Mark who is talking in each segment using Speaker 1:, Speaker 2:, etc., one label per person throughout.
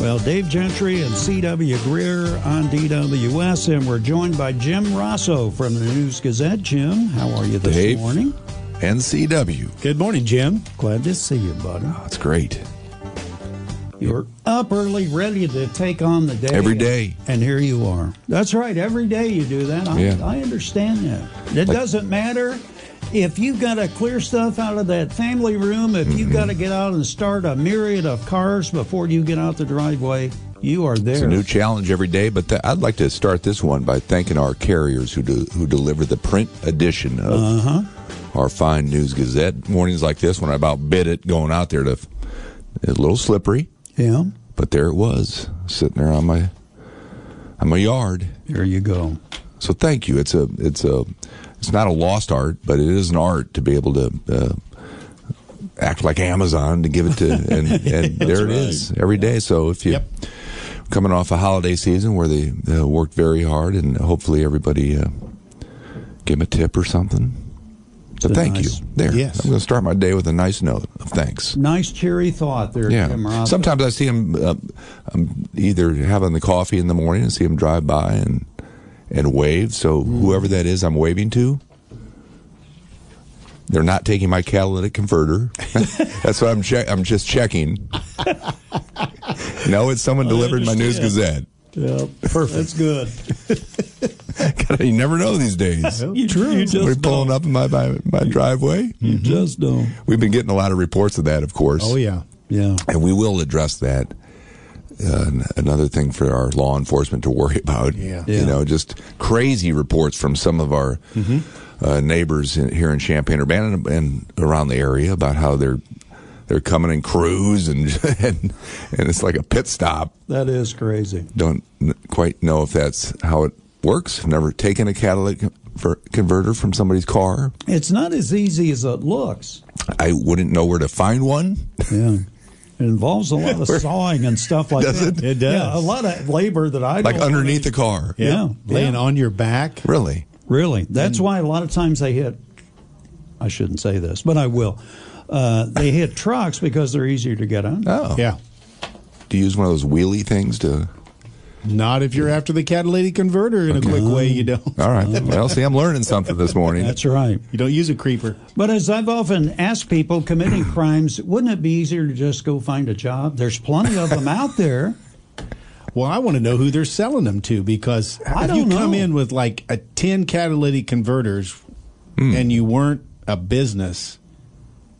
Speaker 1: Well, Dave Gentry and C.W. Greer on DWS, and we're joined by Jim Rosso from the News Gazette. Jim, how are you this
Speaker 2: Dave.
Speaker 1: morning?
Speaker 2: NCW.
Speaker 3: Good morning, Jim.
Speaker 1: Glad to see you, buddy.
Speaker 2: That's great.
Speaker 1: You're up early, ready to take on the day.
Speaker 2: Every day.
Speaker 1: And here you are. That's right. Every day you do that. I,
Speaker 2: Yeah.
Speaker 1: I understand that. It doesn't matter if you've got to clear stuff out of that family room, if
Speaker 2: Mm-hmm.
Speaker 1: you've got to get out and start a myriad of cars before you get out the driveway, you are there.
Speaker 2: It's a new challenge every day, but th- I'd like to start this one by thanking our carriers who do, who deliver the print edition of our fine News Gazette. Mornings like this, when I about bit it going out there to, f- it's a little slippery,
Speaker 1: yeah.
Speaker 2: but there it was sitting there on my on my yard.
Speaker 1: There you go.
Speaker 2: So thank you. It's a it's a it's not a lost art, but it is an art to be able to uh, act like Amazon to give it to, and, and there it is every day. So if you
Speaker 3: Yep.
Speaker 2: coming off a holiday season where they uh, worked very hard, and hopefully everybody uh, give 'em a tip or something. So
Speaker 1: a
Speaker 2: thank
Speaker 1: nice-
Speaker 2: you. There,
Speaker 3: Yes.
Speaker 2: I'm going to start my day with a nice note of thanks.
Speaker 1: Nice, cheery thought there, Jim
Speaker 2: Yeah.
Speaker 1: Ross.
Speaker 2: Sometimes I see him um, um, either having the coffee in the morning and see him drive by and and wave. So
Speaker 3: Hmm.
Speaker 2: whoever that is, I'm waving to. They're not taking my catalytic converter. That's what I'm che- I'm just checking. no, it's someone delivered my News Gazette.
Speaker 1: Yeah, perfect. That's good.
Speaker 2: you never know these days.
Speaker 3: You, True. You
Speaker 2: We're
Speaker 3: just Hmm.
Speaker 2: pulling up in my my, my driveway.
Speaker 1: Just don't.
Speaker 2: We've been getting a lot of reports of that, of course.
Speaker 3: Oh yeah.
Speaker 1: Yeah.
Speaker 2: and we will address that. Uh, an- another thing for our law enforcement to worry about.
Speaker 3: Yeah.
Speaker 1: Yeah.
Speaker 2: You know, just crazy reports from some of our uh, neighbors in, here in Champaign Urbana and, and around the area about how they're they're coming in crews and and, and it's like a pit stop.
Speaker 1: That is crazy.
Speaker 2: Don't n- quite know if that's how it works. Never taken a catalytic conver- converter from somebody's car.
Speaker 1: It's not as easy as it looks.
Speaker 2: I wouldn't know where to find one.
Speaker 1: Yeah. It involves a lot of sawing and stuff like
Speaker 2: Does
Speaker 1: that.
Speaker 2: it?
Speaker 3: It does.
Speaker 1: Yeah, a lot of labor that I
Speaker 2: Like
Speaker 1: don't wanna-
Speaker 2: underneath the car.
Speaker 1: Yeah.
Speaker 3: Laying
Speaker 1: Yeah.
Speaker 3: on your back.
Speaker 2: Really?
Speaker 1: Really, that's why a lot of times they hit. I shouldn't say this, but I will. Uh, they hit trucks because they're easier to get on.
Speaker 2: Oh.
Speaker 3: Yeah.
Speaker 2: Do you use one of those wheelie things to
Speaker 3: Not if you're after the catalytic converter in a quick way. You don't.
Speaker 2: All right. Well, see, I'm learning something this morning.
Speaker 1: That's right.
Speaker 3: You don't use a creeper.
Speaker 1: But as I've often asked people committing crimes, wouldn't it be easier to just go find a job? There's plenty of them out there.
Speaker 3: Well, I want to know who they're selling them to because
Speaker 1: I
Speaker 3: if
Speaker 1: don't
Speaker 3: you come
Speaker 1: know.
Speaker 3: in with like a ten catalytic converters
Speaker 1: Hmm.
Speaker 3: and you weren't a business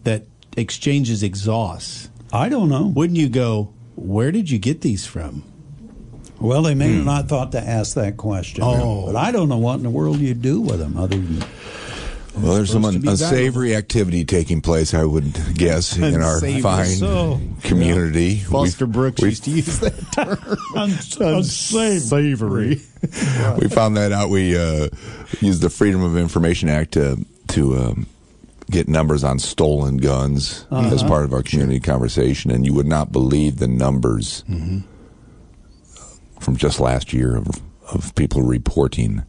Speaker 3: that exchanges exhausts,
Speaker 1: I don't know.
Speaker 3: wouldn't you go? Where did you get these from?
Speaker 1: Well, they may have not thought to ask that question.
Speaker 3: Hmm. Oh.
Speaker 1: But I don't know what in the world you do with them other than.
Speaker 2: Well, there's some
Speaker 3: supposed to
Speaker 2: un-
Speaker 3: be
Speaker 2: unsavory activity taking place, I would guess, in our
Speaker 3: Unsavory.
Speaker 2: fine
Speaker 3: So-
Speaker 2: community. We-
Speaker 3: Foster Brooks
Speaker 2: We,
Speaker 3: used to use that term.
Speaker 1: Unsavory.
Speaker 2: we found that out. We uh, used the Freedom of Information Act to to um, get numbers on stolen guns
Speaker 3: Uh-huh.
Speaker 2: as part of our community conversation, and you would not believe the numbers
Speaker 3: Mm-hmm.
Speaker 2: from just last year of, of people reporting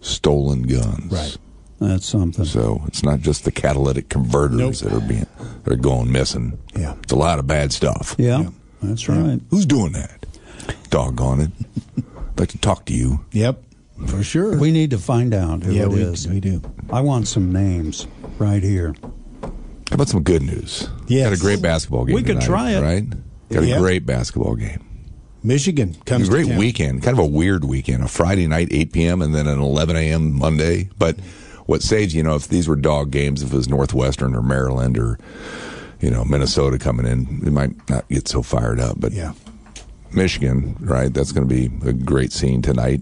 Speaker 2: stolen guns.
Speaker 3: Hmm. Right.
Speaker 1: That's something.
Speaker 2: So it's not just the catalytic converters
Speaker 3: Nope.
Speaker 2: that are being that are going missing.
Speaker 3: Yeah.
Speaker 2: it's a lot of bad stuff.
Speaker 1: yeah, that's right.
Speaker 2: who's doing that? Doggone it! I'd like to talk to you.
Speaker 3: Yep, for sure.
Speaker 1: We need to find out who
Speaker 3: yeah,
Speaker 1: it
Speaker 3: we,
Speaker 1: is.
Speaker 3: we do.
Speaker 1: I want some names right here.
Speaker 2: How about some good news?
Speaker 3: Yes.
Speaker 2: got a great basketball game.
Speaker 1: We could
Speaker 2: tonight,
Speaker 1: try it.
Speaker 2: right? Got
Speaker 3: Yeah.
Speaker 2: a great basketball game.
Speaker 3: Michigan
Speaker 2: A
Speaker 3: comes. to
Speaker 2: great
Speaker 3: town.
Speaker 2: weekend. Kind of a weird weekend. A Friday night, eight p.m., and then an eleven a.m. Monday. But what saves you know if these were dog games, if it was Northwestern or Maryland or you know Minnesota coming in, it might not get so fired up. But
Speaker 3: Yeah,
Speaker 2: Michigan, right? That's going to be a great scene tonight.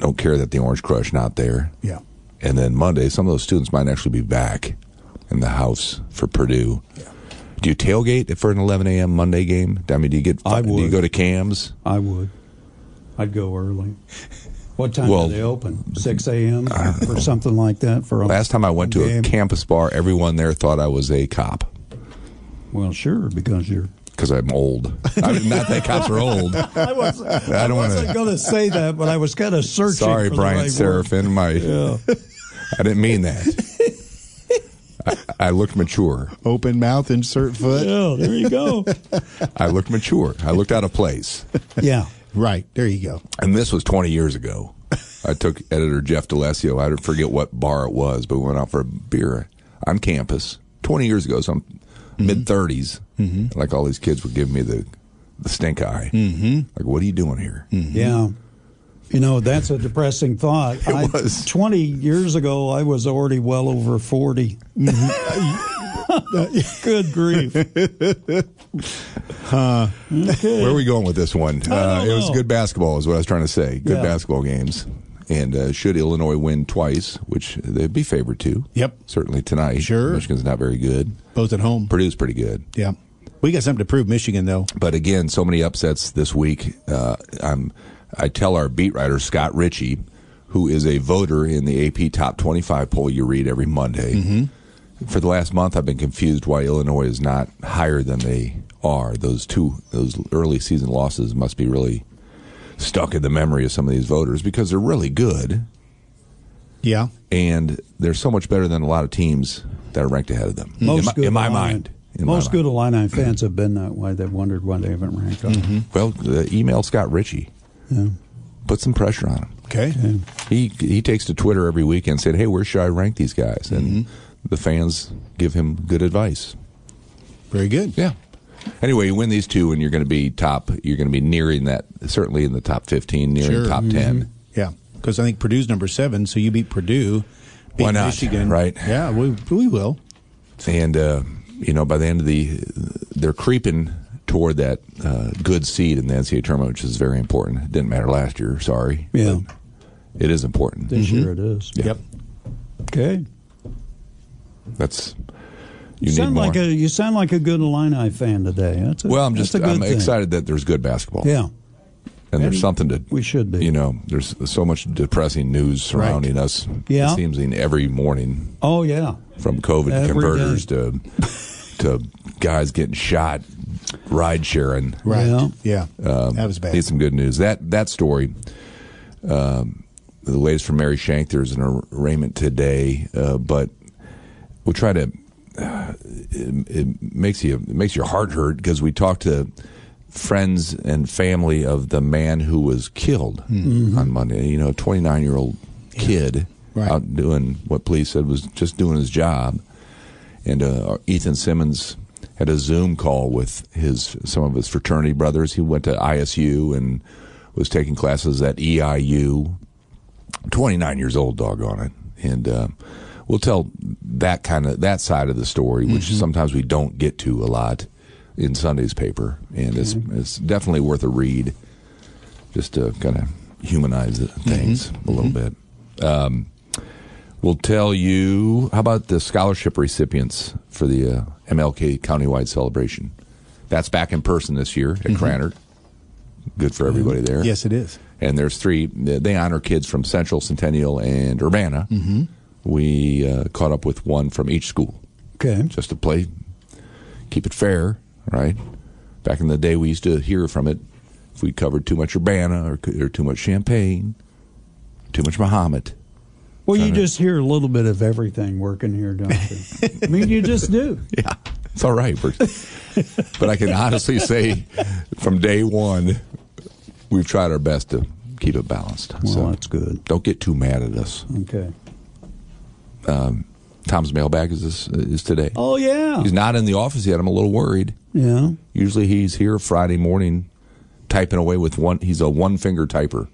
Speaker 2: Don't care that the Orange Crush not there.
Speaker 3: yeah.
Speaker 2: And then Monday, some of those students might actually be back in the house for Purdue. Do you tailgate for an 11 a.m. Monday game? I mean, do you get?
Speaker 1: I
Speaker 2: do you
Speaker 1: would.
Speaker 2: go to cams?
Speaker 1: I would. I'd go early. What time
Speaker 2: Well,
Speaker 1: do they open? 6 a.m. or something like that for a
Speaker 2: Last time I went to
Speaker 1: game?
Speaker 2: a campus bar, everyone there thought I was a cop
Speaker 1: Well, sure, because you're.
Speaker 2: because I'm old. I mean, not that cops are old.
Speaker 1: I wasn't,
Speaker 2: I don't want
Speaker 1: wasn't
Speaker 2: to.
Speaker 1: going to say that, but I was kind of searching.
Speaker 2: Sorry,
Speaker 1: for
Speaker 2: Brian
Speaker 1: the right word.
Speaker 2: Seraphin. My, I didn't mean that. I, I looked mature.
Speaker 3: Open mouth, insert foot.
Speaker 1: Yeah, Oh, there you go.
Speaker 2: I looked mature. I looked out of place.
Speaker 1: yeah.
Speaker 3: Right. There you go.
Speaker 2: And this was 20 years ago. I took editor Jeff DeLessio. I forget what bar it was, but we went out for a beer on campus 20 years ago. So I'm mid 30s. Like all these kids were giving me the, the stink eye. Mm-hmm. Like, what are you doing here?
Speaker 1: Yeah. You know, that's a depressing thought. It
Speaker 2: was.
Speaker 1: 20 years ago, I was already well over 40.
Speaker 2: Mm-hmm.
Speaker 1: Good grief.
Speaker 2: Where are we going with this one? Uh, it was
Speaker 1: know.
Speaker 2: good basketball, is what I was trying to say. Good
Speaker 1: Yeah.
Speaker 2: basketball games. And uh, should Illinois win twice, which they'd be favored to.
Speaker 3: Yep.
Speaker 2: Certainly tonight.
Speaker 3: Sure.
Speaker 2: Michigan's not very good.
Speaker 3: Both at home.
Speaker 2: Purdue's pretty good.
Speaker 3: Yeah. We got something to prove, Michigan, though.
Speaker 2: But again, so many upsets this week. Uh, I'm, I tell our beat writer Scott Ritchie, who is a voter in the AP Top 25 poll you read every Monday. For the last month, I've been confused why Illinois is not higher than they are. Those two, those early season losses must be really stuck in the memory of some of these voters because they're really good
Speaker 3: Yeah.
Speaker 2: and they're so much better than a lot of teams that are ranked ahead of them. in my, in my
Speaker 1: Illini-
Speaker 2: mind, in my
Speaker 1: most
Speaker 2: mind.
Speaker 1: good Illini fans have been that way. They've wondered why they haven't ranked up.
Speaker 2: Well, uh, email Scott Ritchie. Put some pressure on him.
Speaker 3: Okay.
Speaker 2: He he takes to Twitter every weekend saying, "Hey, where should I rank these guys?" And
Speaker 1: Mm-hmm.
Speaker 2: the fans give him good advice.
Speaker 3: Very good.
Speaker 2: Yeah. Anyway, you win these two, and you're going to be top. You're going to be nearing that, certainly in the top fifteen, nearing
Speaker 3: Sure.
Speaker 2: top 10
Speaker 3: Yeah. Because I think Purdue's number seven, so you beat Purdue. Beat
Speaker 2: Why not,
Speaker 3: Michigan.
Speaker 2: right?
Speaker 3: Yeah, we, we will.
Speaker 1: Mm-hmm.
Speaker 2: And uh, you know, by the end of the, they're creeping toward that uh, good seed in the NCAA tournament, which is very important. It didn't matter last year. Sorry,
Speaker 1: Yeah. Mm-hmm.
Speaker 2: but it is important.
Speaker 1: This year it is.
Speaker 3: Yep.
Speaker 1: Okay.
Speaker 2: That's you
Speaker 1: You
Speaker 2: need
Speaker 1: sound
Speaker 2: more.
Speaker 1: like a you sound like a good Illini fan today. That's a,
Speaker 2: well, I'm
Speaker 1: that's
Speaker 2: just
Speaker 1: a good
Speaker 2: I'm
Speaker 1: thing.
Speaker 2: excited that there's good basketball.
Speaker 1: Yeah.
Speaker 2: and there's something to
Speaker 1: we should be.
Speaker 2: You know, there's so much depressing news surrounding us.
Speaker 1: Yeah.
Speaker 2: it seems in every morning
Speaker 1: Oh yeah.
Speaker 2: from COVID
Speaker 1: Every
Speaker 2: converters to to guys getting shot, ride sharing. Um,
Speaker 3: Right.
Speaker 1: Yeah.
Speaker 3: Yeah. that was bad.
Speaker 2: Need some good news. That that story, um, the latest from Mary Shank. There's an arraignment today, uh, but we'll try to. Uh, it, it makes you it makes your heart hurt because we talked to friends and family of the man who was killed on Monday. You know, 29 year old kid
Speaker 3: Right.
Speaker 2: out doing what police said was just doing his job and uh, Ethan Simmons had a Zoom call with his some of his fraternity brothers. He went to ISU and was taking classes at E EIU. Twenty nine years old, doggone it, and uh, we'll tell that kind of that side of the story, which sometimes we don't get to a lot in Sunday's paper, and it's it's definitely worth a read, just to kind of humanize the things a little bit we will tell you how about the scholarship recipients for the uh, MLK countywide celebration. That's back in person this year at Cranard. Good for everybody there.
Speaker 3: yes, it is.
Speaker 2: And there's three. They honor kids from Central, Centennial, and Urbana. Mm-hmm. We uh, caught up with one from each school
Speaker 1: Okay.
Speaker 2: just to play, keep it fair, right? Back in the day, we used to hear from it if we covered too much Urbana or, or too much Champagne, too much Muhammad.
Speaker 1: Well, you just hear a little bit of everything working here, don't you? I mean, you just do.
Speaker 2: Yeah, it's all right. We're- but I can honestly say from day one, we've tried our best to keep it balanced.
Speaker 1: Well,
Speaker 2: so
Speaker 1: that's good.
Speaker 2: don't get too mad at us.
Speaker 1: Okay.
Speaker 2: Tom's mailbag is this, is today.
Speaker 1: Oh yeah.
Speaker 2: He's not in the office yet. I'm a little worried.
Speaker 1: Yeah.
Speaker 2: Usually he's here Friday morning typing away with one. He's a one finger typer.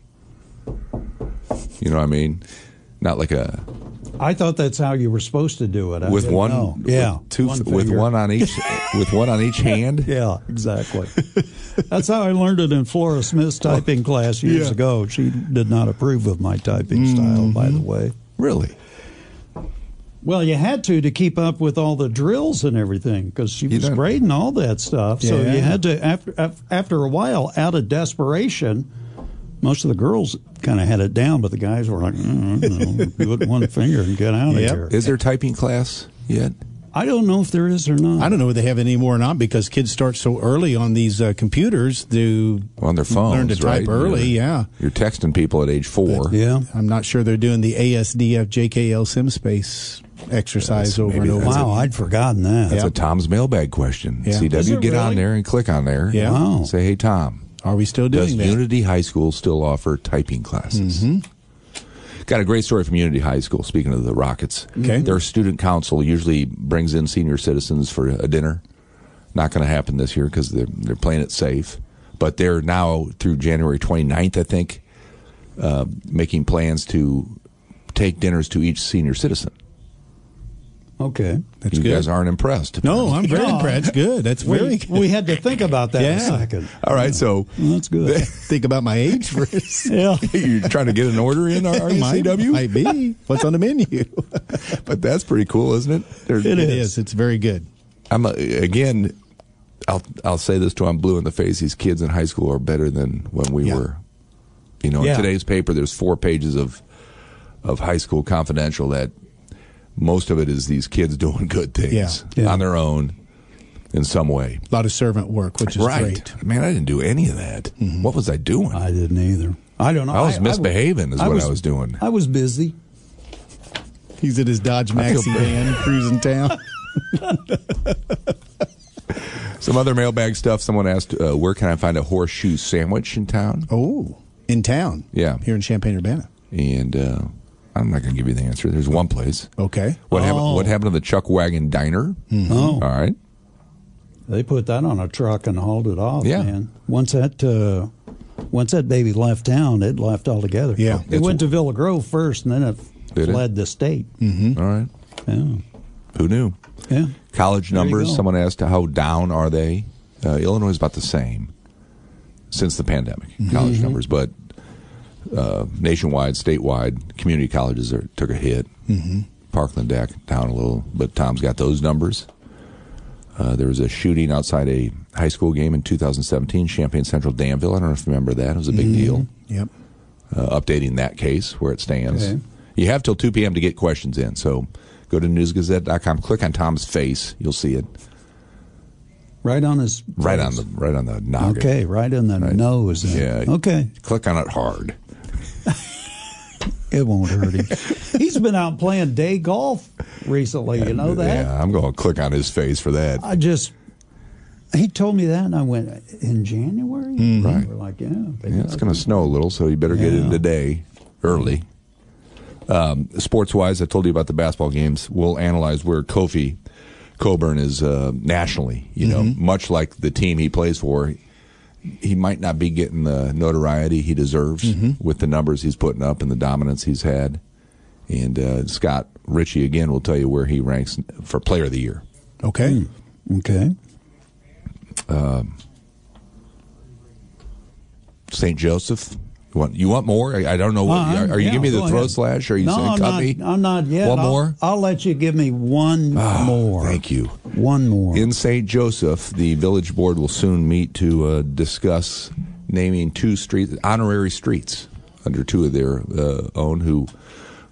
Speaker 2: You know what I mean? Not like a
Speaker 1: I thought that's how you were supposed to do it. I
Speaker 2: with
Speaker 1: didn't
Speaker 2: one,
Speaker 1: know.
Speaker 2: with
Speaker 1: yeah,
Speaker 2: two,
Speaker 1: one
Speaker 2: with
Speaker 1: finger.
Speaker 2: one on each, with one on each hand.
Speaker 1: Yeah, exactly. That's how I learned it in Flora Smith's typing class years ago. Mm-hmm. She did not approve of my typing style, by the way.
Speaker 2: Really?
Speaker 1: Well, you had to to keep up with all the drills and everything because she was
Speaker 2: did.
Speaker 1: grading all that stuff. So
Speaker 3: Yeah.
Speaker 1: you had to after af- after a while, out of desperation, most of the girls kind of had it down, but the guys were like, mm, mm, mm, "Put one finger and get out of
Speaker 3: Yep.
Speaker 1: here."
Speaker 2: Is there typing class yet?
Speaker 1: I don't know if there is or not.
Speaker 3: I don't know if they have any more or not because kids start so early on these uh, computers to
Speaker 2: On their phones,
Speaker 3: learn to
Speaker 2: right?
Speaker 3: type early.
Speaker 2: You're-
Speaker 3: Yeah.
Speaker 2: You're texting people at age four.
Speaker 1: Yeah.
Speaker 3: I'm not sure they're doing the ASDF JKL sim space exercise
Speaker 2: That's-
Speaker 3: over
Speaker 2: maybe
Speaker 3: and over.
Speaker 2: that's
Speaker 1: Wow, I'd forgotten that.
Speaker 2: That's
Speaker 3: Yeah.
Speaker 2: a Tom's mailbag question.
Speaker 3: Yeah.
Speaker 1: Is
Speaker 2: CW,
Speaker 1: it
Speaker 2: get on
Speaker 1: really?
Speaker 2: there and click on there.
Speaker 3: Yeah.
Speaker 1: Wow.
Speaker 2: Say, hey, Tom,
Speaker 3: Are we still doing
Speaker 2: does
Speaker 3: that? Mm-hmm.
Speaker 2: Unity High School still offer typing classes? Got a great story from Unity High School. Speaking of the Rockets,
Speaker 3: Okay.
Speaker 2: their student council usually brings in senior citizens for a dinner. Not going to happen this year because they're, they're playing it safe. But they're now through January 29th, I think, uh, making plans to take dinners to each senior citizen.
Speaker 1: Okay.
Speaker 3: That's
Speaker 2: you
Speaker 3: good.
Speaker 2: guys aren't impressed.
Speaker 3: no, Oh, I'm very
Speaker 1: Yeah.
Speaker 3: impressed. Good. That's
Speaker 1: We,
Speaker 3: very good.
Speaker 1: we had to think about that a
Speaker 3: Yeah.
Speaker 1: second.
Speaker 2: All right, so
Speaker 1: Well, that's good.
Speaker 3: Think about my age first.
Speaker 1: yeah.
Speaker 2: you're trying to get an order in, E are you,
Speaker 3: Might-
Speaker 2: CW?
Speaker 3: Might be. What's on the menu?
Speaker 2: But that's pretty cool, isn't it? They're-
Speaker 3: it is. It's very good.
Speaker 2: I'm uh, again. I'll I'll say this till I'm blue in the face. These kids in high school are better than when we
Speaker 3: Yeah.
Speaker 2: were. You know,
Speaker 1: Yeah.
Speaker 2: in today's paper, there's four pages of of high school confidential that most of it is these kids doing good things
Speaker 3: Yeah.
Speaker 1: Yeah.
Speaker 2: on their own in some way.
Speaker 3: A lot of servant work, which is
Speaker 2: right,
Speaker 3: great.
Speaker 2: man. I didn't do any of that. What was I doing? I,
Speaker 1: I didn't either. I don't know.
Speaker 2: was misbehaving, is
Speaker 1: I
Speaker 2: what
Speaker 1: was-
Speaker 2: I was doing.
Speaker 1: I was busy.
Speaker 3: He's in his Dodge Maxi van cruising town.
Speaker 2: Some other mailbag stuff. Someone asked, uh, "Where can I find a horseshoe sandwich in town?"
Speaker 3: Oh, in town.
Speaker 2: Yeah.
Speaker 3: Here in Champaign Urbana.
Speaker 2: And uh, I'm not going to give you the answer. There's one place.
Speaker 3: Okay.
Speaker 2: What happened?
Speaker 1: Oh.
Speaker 2: What happened to the Chuck Wagon Diner?
Speaker 1: Oh.
Speaker 2: All right.
Speaker 1: They put that on a truck and hauled it off,
Speaker 2: Yeah.
Speaker 1: man. Once that uh, once that baby left town, it left altogether.
Speaker 3: Yeah.
Speaker 1: It went to Villa Grove first and then it
Speaker 2: Did it? Hmm.
Speaker 1: fled the state.
Speaker 2: All right.
Speaker 1: Yeah.
Speaker 2: Who knew?
Speaker 1: Yeah.
Speaker 2: College
Speaker 1: you
Speaker 2: numbers.
Speaker 1: go.
Speaker 2: Someone asked how down are they? Uh, Illinois is about the same since the pandemic.
Speaker 1: Mm-hmm.
Speaker 2: College numbers, but uh, nationwide, statewide, community colleges are, took a hit. Mm-hmm. Parkland Dak down a little, but Tom's got those numbers. Uh, there was a shooting outside a high school game in 2017, Champaign Central Danville. I don't know if you remember that. It was a
Speaker 1: Mm-hmm.
Speaker 2: big deal.
Speaker 3: Yep.
Speaker 2: uh, updating that case where it stands.
Speaker 1: Okay.
Speaker 2: You have till 2 p.m. to get questions in. So go to newsgazette.com, click on Tom's face. You'll see it
Speaker 1: Right on his
Speaker 2: right on the right on the noggin.
Speaker 1: Okay, right in the nose.
Speaker 2: Yeah.
Speaker 1: Okay.
Speaker 2: Click on it hard.
Speaker 1: It won't hurt him. He's been out playing day golf recently, you know Oh, that?
Speaker 2: Yeah, I'm going to click on his face for that.
Speaker 1: I just he told me that and I went in January? Right. We're like, yeah,
Speaker 2: Mm-hmm. Yeah, it's going to snow a little, so you better get in
Speaker 1: Yeah.
Speaker 2: today early. Um, sports wise, I told you about the basketball games. We'll analyze where Kofi Coburn is uh, nationally. You know, much like the team he plays for, he might not be getting the notoriety he deserves with the numbers he's putting up and the dominance he's had. And uh, Scott Ritchie again will tell you where he ranks for Player of the Year.
Speaker 3: Okay.
Speaker 1: Okay.
Speaker 2: St. Joseph. You want, you want more? I, I don't know. What,
Speaker 1: Uh,
Speaker 2: are, are you
Speaker 1: yeah,
Speaker 2: giving me the
Speaker 1: go
Speaker 2: throat
Speaker 1: ahead.
Speaker 2: slash? Are you
Speaker 1: no,
Speaker 2: saying
Speaker 1: I'm
Speaker 2: cut
Speaker 1: not,
Speaker 2: me?
Speaker 1: I'm not yet.
Speaker 2: One
Speaker 1: I'll-
Speaker 2: more? Ah,
Speaker 1: I'll let you give me one more.
Speaker 2: Thank you.
Speaker 1: One more.
Speaker 2: In St. Joseph, the village board will soon meet to uh, discuss naming two streets, honorary streets, under two of their uh, own who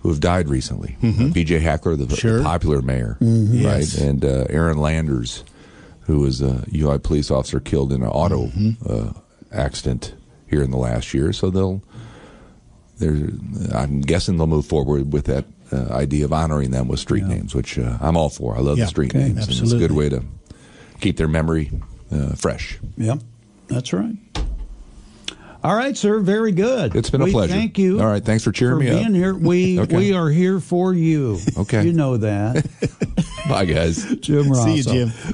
Speaker 2: who have died recently.
Speaker 1: Mm-hmm.
Speaker 2: Uh, B.J. Hackler, the, the
Speaker 3: Sure.
Speaker 2: popular mayor, right,
Speaker 3: Yes.
Speaker 2: and uh, Aaron Landers, who was a UI police officer killed in an auto
Speaker 1: Mm-hmm.
Speaker 2: uh, accident here in the last year. So they'll. They're, I'm guessing they'll move forward with that uh, idea of honoring them with street names, which uh, I'm all for. I love
Speaker 3: Yeah,
Speaker 2: the street
Speaker 3: okay,
Speaker 2: names. and It's a good
Speaker 3: absolutely.
Speaker 2: way to keep their memory uh, fresh.
Speaker 1: Yep, that's right. All right, sir. Very good.
Speaker 2: It's been a
Speaker 1: We
Speaker 2: pleasure.
Speaker 1: Thank you.
Speaker 2: All right, thanks for cheering
Speaker 1: for
Speaker 2: me
Speaker 1: being
Speaker 2: up.
Speaker 1: here. We
Speaker 2: Okay.
Speaker 1: we are here for you.
Speaker 2: Okay.
Speaker 1: you know that,
Speaker 2: Bye, guys.
Speaker 1: Jim Ross.
Speaker 3: See you, Jim.